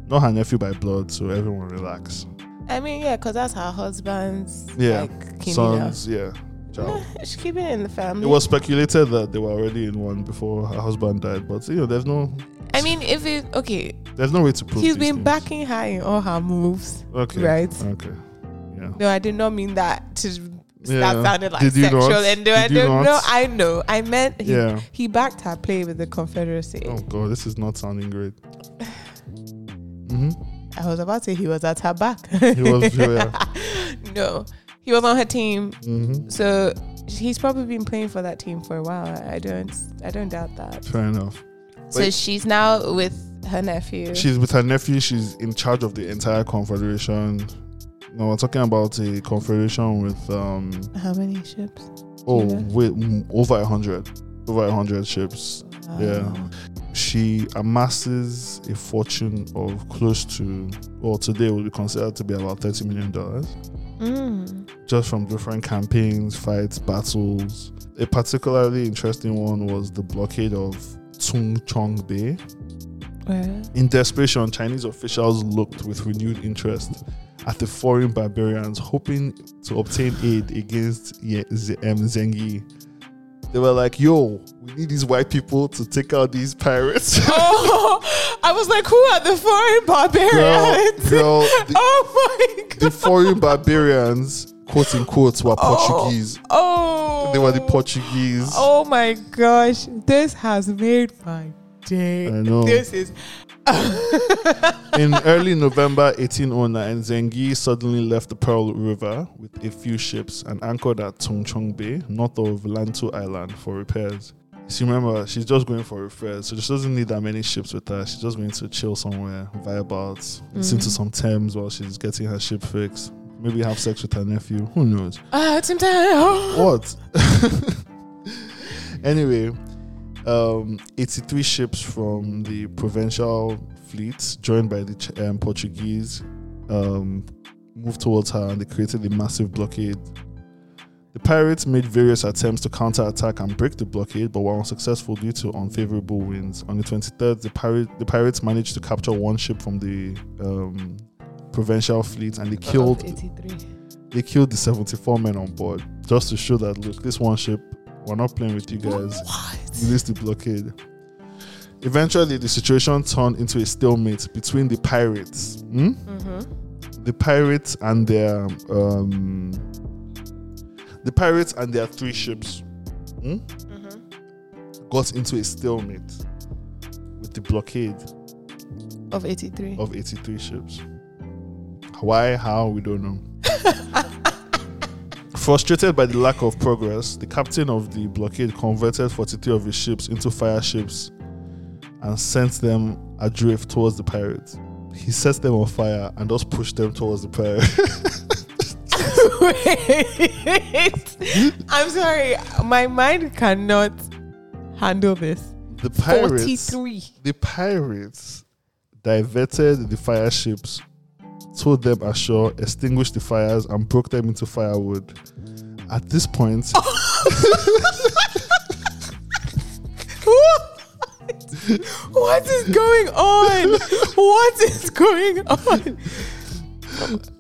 S2: Not her nephew by blood, so everyone relax.
S3: I mean, yeah, because that's her husband's
S2: Yeah.
S3: like Kimina.
S2: Sons, yeah. Ciao.
S3: She's keeping it in the family.
S2: It was speculated that they were already in one before her husband died, but you know, there's no
S3: I mean, if it okay,
S2: there's no way to prove
S3: he's
S2: these
S3: been
S2: things.
S3: backing her in all her moves,
S2: Okay.
S3: right?
S2: Okay. Yeah.
S3: No, I did not mean that to
S2: Yeah.
S3: that sounded like
S2: Did you
S3: sexual
S2: not?
S3: endo. I
S2: Did you not?
S3: don't know. I know. I meant he,
S2: Yeah.
S3: he backed her play with the Confederacy.
S2: Oh god, this is not sounding great. hmm
S3: I was about to say he was at her back.
S2: He was yeah.
S3: no. He was on her team.
S2: hmm
S3: So he's probably been playing for that team for a while. I don't I don't doubt that.
S2: Fair enough.
S3: So
S2: Wait.
S3: she's now with her her nephew.
S2: She's with her nephew. She's in charge of the entire confederation. No, we're talking about a confederation with um
S3: How many ships?
S2: oh
S3: Yeah.
S2: wait mm, over a hundred, over a hundred ships.
S3: Um,
S2: Yeah. She amasses a fortune of close to, or today would be considered to be about thirty million dollars.
S3: Mm.
S2: just from different campaigns, fights, battles. A particularly interesting one was the blockade of Tung Chong Bay.
S3: Well,
S2: In desperation, Chinese officials looked with renewed interest at the foreign barbarians, hoping to obtain aid against Ye- Z- um, Zengi. They were like, yo, we need these white people to take out these pirates.
S3: Oh, I was like, who are the foreign
S2: girl,
S3: barbarians?
S2: girl, the,
S3: oh my god.
S2: the foreign barbarians, quote unquote, were
S3: Oh.
S2: Portuguese.
S3: oh.
S2: They were the Portuguese.
S3: Oh my gosh. This has made my day.
S2: I know.
S3: This is.
S2: In early November 1809, Zengi suddenly left the Pearl River with a few ships and anchored at Tung Chong Bay, north of Lantu Island, for repairs. So remember, she's just going for repairs, so she doesn't need that many ships with her. She's just going to chill somewhere, viabouts, listen to some Thames while she's getting her ship fixed. Maybe have sex with her nephew. Who knows?
S3: Ah, Tim Taylor.
S2: what? anyway, um, 83 ships from the provincial fleet, joined by the Ch- um, Portuguese, um, moved towards her and they created a massive blockade. The pirates made various attempts to counterattack and break the blockade, but were unsuccessful due to unfavorable winds. On the 23rd, the, pirate, the pirates managed to capture one ship from the um, provincial fleet and they killed
S3: 83.
S2: they killed the 74 men on board just to show that look this one ship we're not playing with you guys
S3: What?
S2: release the blockade eventually the situation turned into a stalemate between the pirates hmm?
S3: Mm-hmm.
S2: the pirates and their um the pirates and their three ships hmm,
S3: Mm-hmm.
S2: got into a stalemate with the blockade
S3: Of 83.
S2: of 83 ships. Why, how, we don't know. Frustrated by the lack of progress, the captain of the blockade converted 43 of his ships into fire ships and sent them adrift towards the pirates. He set them on fire and just pushed them towards the pirates.
S3: Wait. I'm sorry. My mind cannot handle this.
S2: The pirates,
S3: 43.
S2: the pirates diverted the fire ships, towed them ashore, extinguished the fires, and broke them into firewood. At this point,
S3: What? what is going on? What is going on?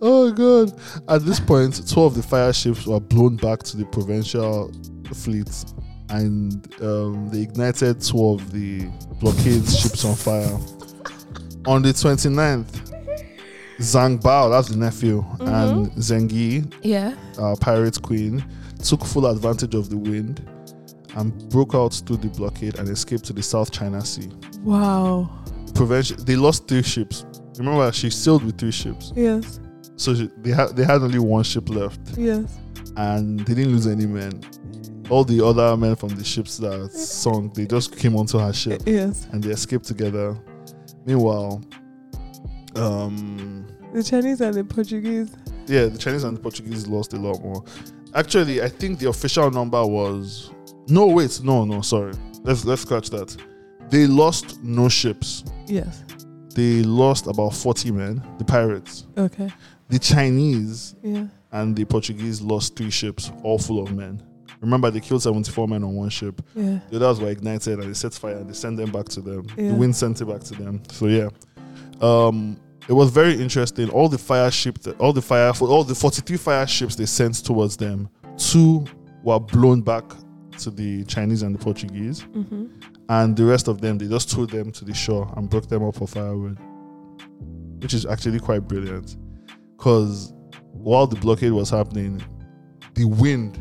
S2: Oh god! At this point, two of the fire ships were blown back to the provincial fleet, and um, they ignited two of the blockade ships on fire. On the 29th, Zhang Bao, that's the nephew, and Zengi,
S3: Yeah.
S2: our pirate queen, took full advantage of the wind and broke out through the blockade and escaped to the South China Sea.
S3: Wow.
S2: Provincial, they lost three ships. Remember, she sailed with three ships,
S3: Yes.
S2: so she, they had they had only one ship left.
S3: Yes.
S2: and they didn't lose any men. All the other men from the ships that sunk, they just came onto her ship
S3: Yes.
S2: and they escaped together. Meanwhile, um,
S3: The Chinese and the Portuguese.
S2: yeah, the Chinese and the Portuguese lost a lot more. Actually, I think the official number was no. Wait, no, no, sorry. Let's let's catch that. They lost no ships.
S3: Yes.
S2: They lost about forty men. The pirates,
S3: Okay.
S2: the Chinese,
S3: Yeah.
S2: and the Portuguese lost three ships, all full of men. Remember, they killed seventy-four men on one ship.
S3: Yeah.
S2: the others were ignited and they set fire and they sent them back to them.
S3: Yeah.
S2: The wind sent it back to them. So yeah, um, it was very interesting. All the fire ships, all the fire, all the forty-three fire ships they sent towards them, two were blown back to the Chinese and the Portuguese,
S3: Mm-hmm.
S2: and the rest of them they just threw them to the shore and broke them up for firewood, which is actually quite brilliant, because while the blockade was happening, the wind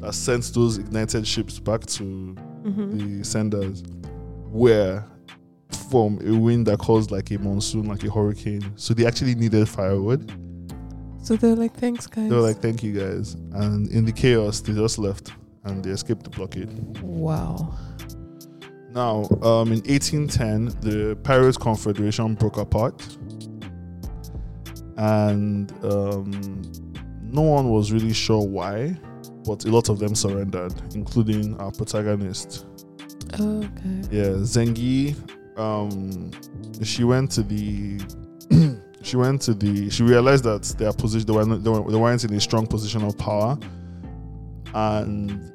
S2: that sent those ignited ships back to
S3: Mm-hmm.
S2: the senders were from a wind that caused like a monsoon, like a hurricane. So they actually needed firewood.
S3: So they're like, thanks, guys.
S2: They were like, "Thank you guys," and in the chaos, they just left and they escaped the blockade.
S3: wow.
S2: Now, um, in 1810, the Pirate Confederation broke apart, and um, no one was really sure why, but a lot of them surrendered, including our protagonist.
S3: Oh, okay.
S2: Yeah, Zengi. Um, she went to the. she went to the. She realized that their position they, were, not- they, were, they weren't in a strong position of power, and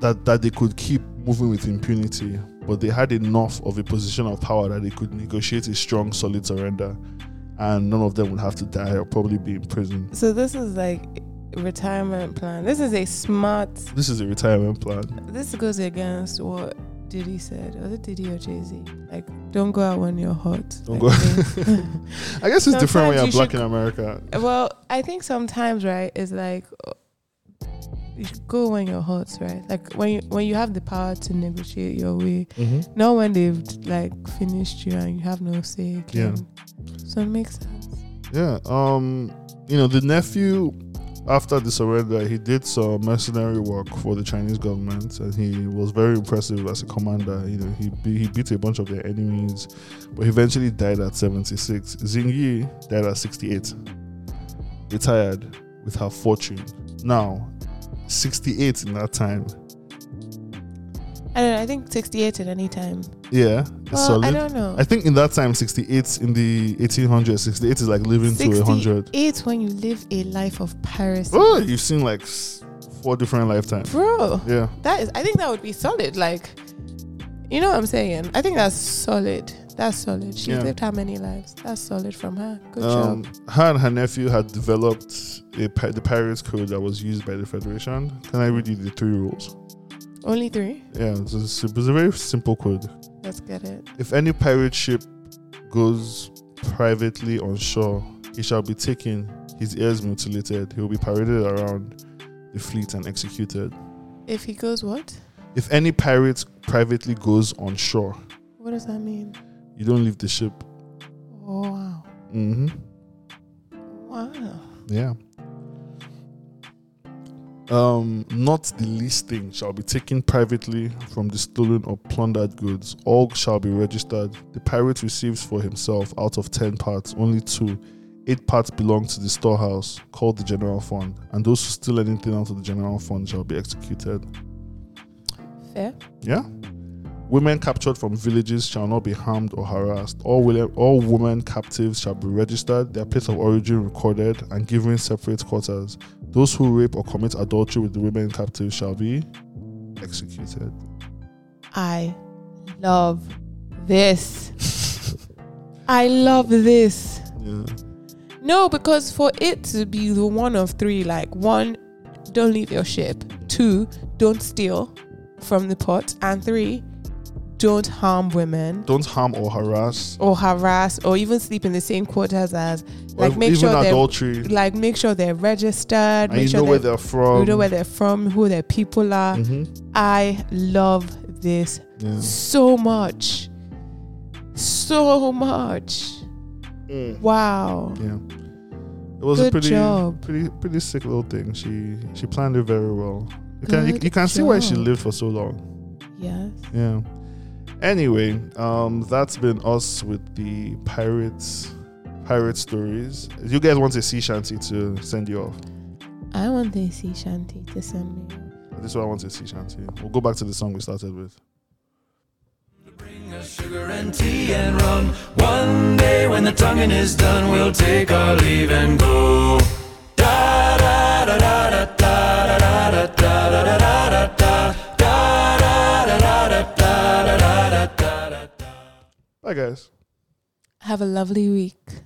S2: that that they could keep moving with impunity. But they had enough of a position of power that they could negotiate a strong, solid surrender, and none of them would have to die or probably be in prison.
S3: So this is like retirement plan. This is a smart.
S2: This is a retirement plan.
S3: This goes against what Diddy said. Was it Diddy or Jay Z? Like, don't go out when you're hot.
S2: Don't
S3: Like,
S2: go-
S3: they-
S2: I guess it's different when
S3: Sometimes
S2: you're
S3: you
S2: black
S3: should-
S2: in America.
S3: well, I think sometimes, right, it's like uh, you should go when you're hot, right? Like when you when you have the power to negotiate your way,
S2: Mm-hmm.
S3: not when they've like finished you and you have no say. Again. Yeah. So it makes sense.
S2: Yeah. Um. You know, the nephew, after the surrender, he did some mercenary work for the Chinese government, and he was very impressive as a commander. You know, he be, he beat a bunch of their enemies, but he eventually died at seventy six. Xing Yi died at sixty eight, retired with her fortune. Now, sixty eight in that time.
S3: I don't know. I think 68 at any time.
S2: Yeah, it's
S3: Well,
S2: solid.
S3: I don't know.
S2: I think in that time, 68 in the 1800s, 68 is like living to 100.
S3: It's when you live a life of piracy.
S2: Oh, you've seen like s- four different lifetimes.
S3: Bro,
S2: Yeah.
S3: that is I think that would be solid. Like you know what I'm saying? I think that's solid. That's solid. She's
S2: Yeah.
S3: lived how many lives? That's solid from her. Good
S2: Um,
S3: job.
S2: her and her nephew had developed a, pi- the Pirates Code that was used by the Federation. Can I read you the three rules?
S3: Only three?
S2: Yeah, it's a, it's a very simple code.
S3: Let's get it.
S2: If any pirate ship goes privately on shore, he shall be taken, his ears mutilated, he will be paraded around the fleet and executed.
S3: If he goes what?
S2: If any pirate privately goes on shore,
S3: What does that mean?
S2: you don't leave the ship.
S3: Wow.
S2: Mm-hmm.
S3: Wow.
S2: Yeah. Um, not the least thing shall be taken privately from the stolen or plundered goods. All shall be registered. The pirate receives for himself out of ten parts only two. Eight parts belong to the storehouse, called the general fund, and those who steal anything out of the general fund shall be executed.
S3: Fair.
S2: Yeah. Women captured from villages shall not be harmed or harassed. All, will- all women captives shall be registered, their place of origin recorded, and given separate quarters. Those who rape or commit adultery with the women captives shall be executed.
S3: I love this. I love this.
S2: Yeah.
S3: No, because for it to be the one of three, like one, don't leave your ship. Two, don't steal from the pot. And three, don't harm women
S2: Don't harm or harass.
S3: or harass or even sleep in the same quarters as
S2: or
S3: like make
S2: even
S3: sure they're
S2: adultery.
S3: like make sure they're registered,
S2: and you
S3: make
S2: know
S3: sure
S2: where
S3: they're-
S2: they're from.
S3: you know where they're from, who their people are.
S2: Mhm.
S3: I love this
S2: Yeah.
S3: so much. So much.
S2: Mm.
S3: Wow.
S2: Yeah. It was a
S3: Good
S2: pretty,
S3: job.
S2: pretty, pretty sick little thing. She she planned it very well. You can you,
S3: Good
S2: you can see why she
S3: job.
S2: lived for so long.
S3: Yes.
S2: Yeah. Anyway, um, that's been us with the pirates, pirate stories. If you guys want a sea shanty to send you off,
S3: I want the sea shanty to send me.
S2: this is what I want a sea shanty. We'll go back to the song we started with.
S1: Bring us sugar and tea and rum. One day when the tonguing is done, we'll take our leave and go. Da da da da da da da da da da da da da da da da da da da da da da da da.
S2: Bye, guys.
S3: Have a lovely week.